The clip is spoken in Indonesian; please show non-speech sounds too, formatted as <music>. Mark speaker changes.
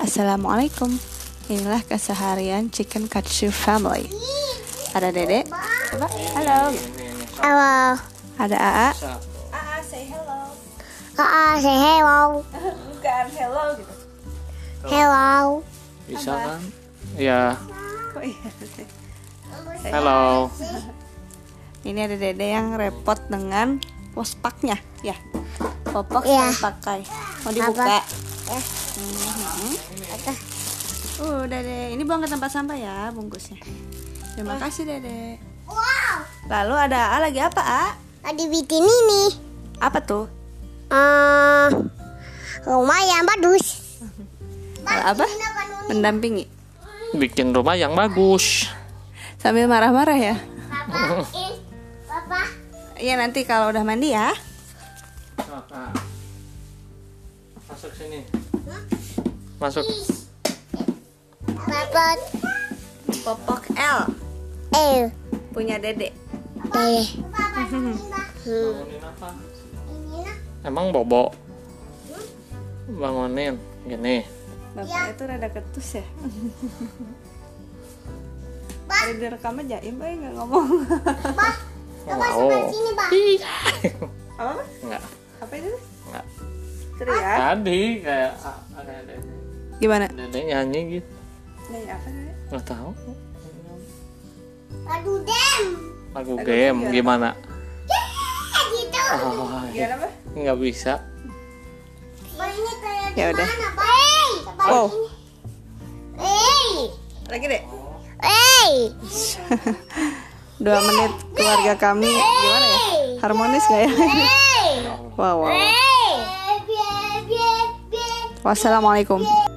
Speaker 1: Assalamualaikum. Inilah keseharian Chicken Katsu Family. Ada Dedek. Coba. Halo.
Speaker 2: Hello.
Speaker 1: Ada AA.
Speaker 3: Ah, say hello.
Speaker 2: Ah, say hello.
Speaker 3: Bukan hello gitu.
Speaker 2: Hello.
Speaker 4: Bisa kan? Ya,
Speaker 3: Kok iya sih?
Speaker 4: halo.
Speaker 1: Ini ada Dede yang repot dengan pospaknya. Ya. Popok
Speaker 2: Iya.
Speaker 1: sekali pakai. Mau dibuka. Eh.
Speaker 2: Hmm. Apa?
Speaker 1: Uh, Dede. Ini buang ke tempat sampah ya bungkusnya. Terima
Speaker 2: Eh.
Speaker 1: kasih Dede.
Speaker 2: Wow.
Speaker 1: Lalu ada AA lagi apa, A?
Speaker 2: Ada bikin ini.
Speaker 1: Apa tuh?
Speaker 2: Eh, rumah yang bagus.
Speaker 1: Kalau apa?
Speaker 2: kan
Speaker 1: Mendampingi.
Speaker 4: Bikin rumah yang bagus.
Speaker 1: Sambil marah-marah ya.
Speaker 2: Papa, in, papa.
Speaker 1: Iya nanti kalau udah mandi ya.
Speaker 4: Masuk sini. Masuk.
Speaker 2: Papa,
Speaker 1: Popok L
Speaker 2: eh,
Speaker 1: punya Dede.
Speaker 2: eh. Hmm.
Speaker 4: Bangunin apa? Emang bobo. Bangunin gini.
Speaker 1: Bapak itu rada ketus ya. Dari direkamnya jaim, eh nggak ngomong.
Speaker 4: Wow.
Speaker 2: Pak.
Speaker 4: <laughs>
Speaker 1: Apa?
Speaker 4: Enggak,
Speaker 1: Apa itu?
Speaker 4: enggak.
Speaker 1: Teriak?
Speaker 4: Tadi kayak ah, ada Dede.
Speaker 1: Gimana?
Speaker 4: Dede nyanyi gitu.
Speaker 1: Nyanyi apa Dede?
Speaker 4: Enggak tahu.
Speaker 2: Aduh, dem.
Speaker 4: Lagu game gimana?
Speaker 2: Eh, gitu.
Speaker 4: Ah,
Speaker 1: Gimana apa?
Speaker 4: Enggak bisa.
Speaker 2: Boy, ini kayak
Speaker 1: Ya udah.
Speaker 2: gimana, Boy?
Speaker 1: Wow.
Speaker 2: Eh,
Speaker 1: Lagi <laughs> deh.
Speaker 2: eh.
Speaker 1: Dua menit keluarga kami gimana ya? Harmonis nggak ya?
Speaker 2: Hey!
Speaker 1: Wow, wow, wow.
Speaker 2: Hey!
Speaker 1: Wassalamualaikum.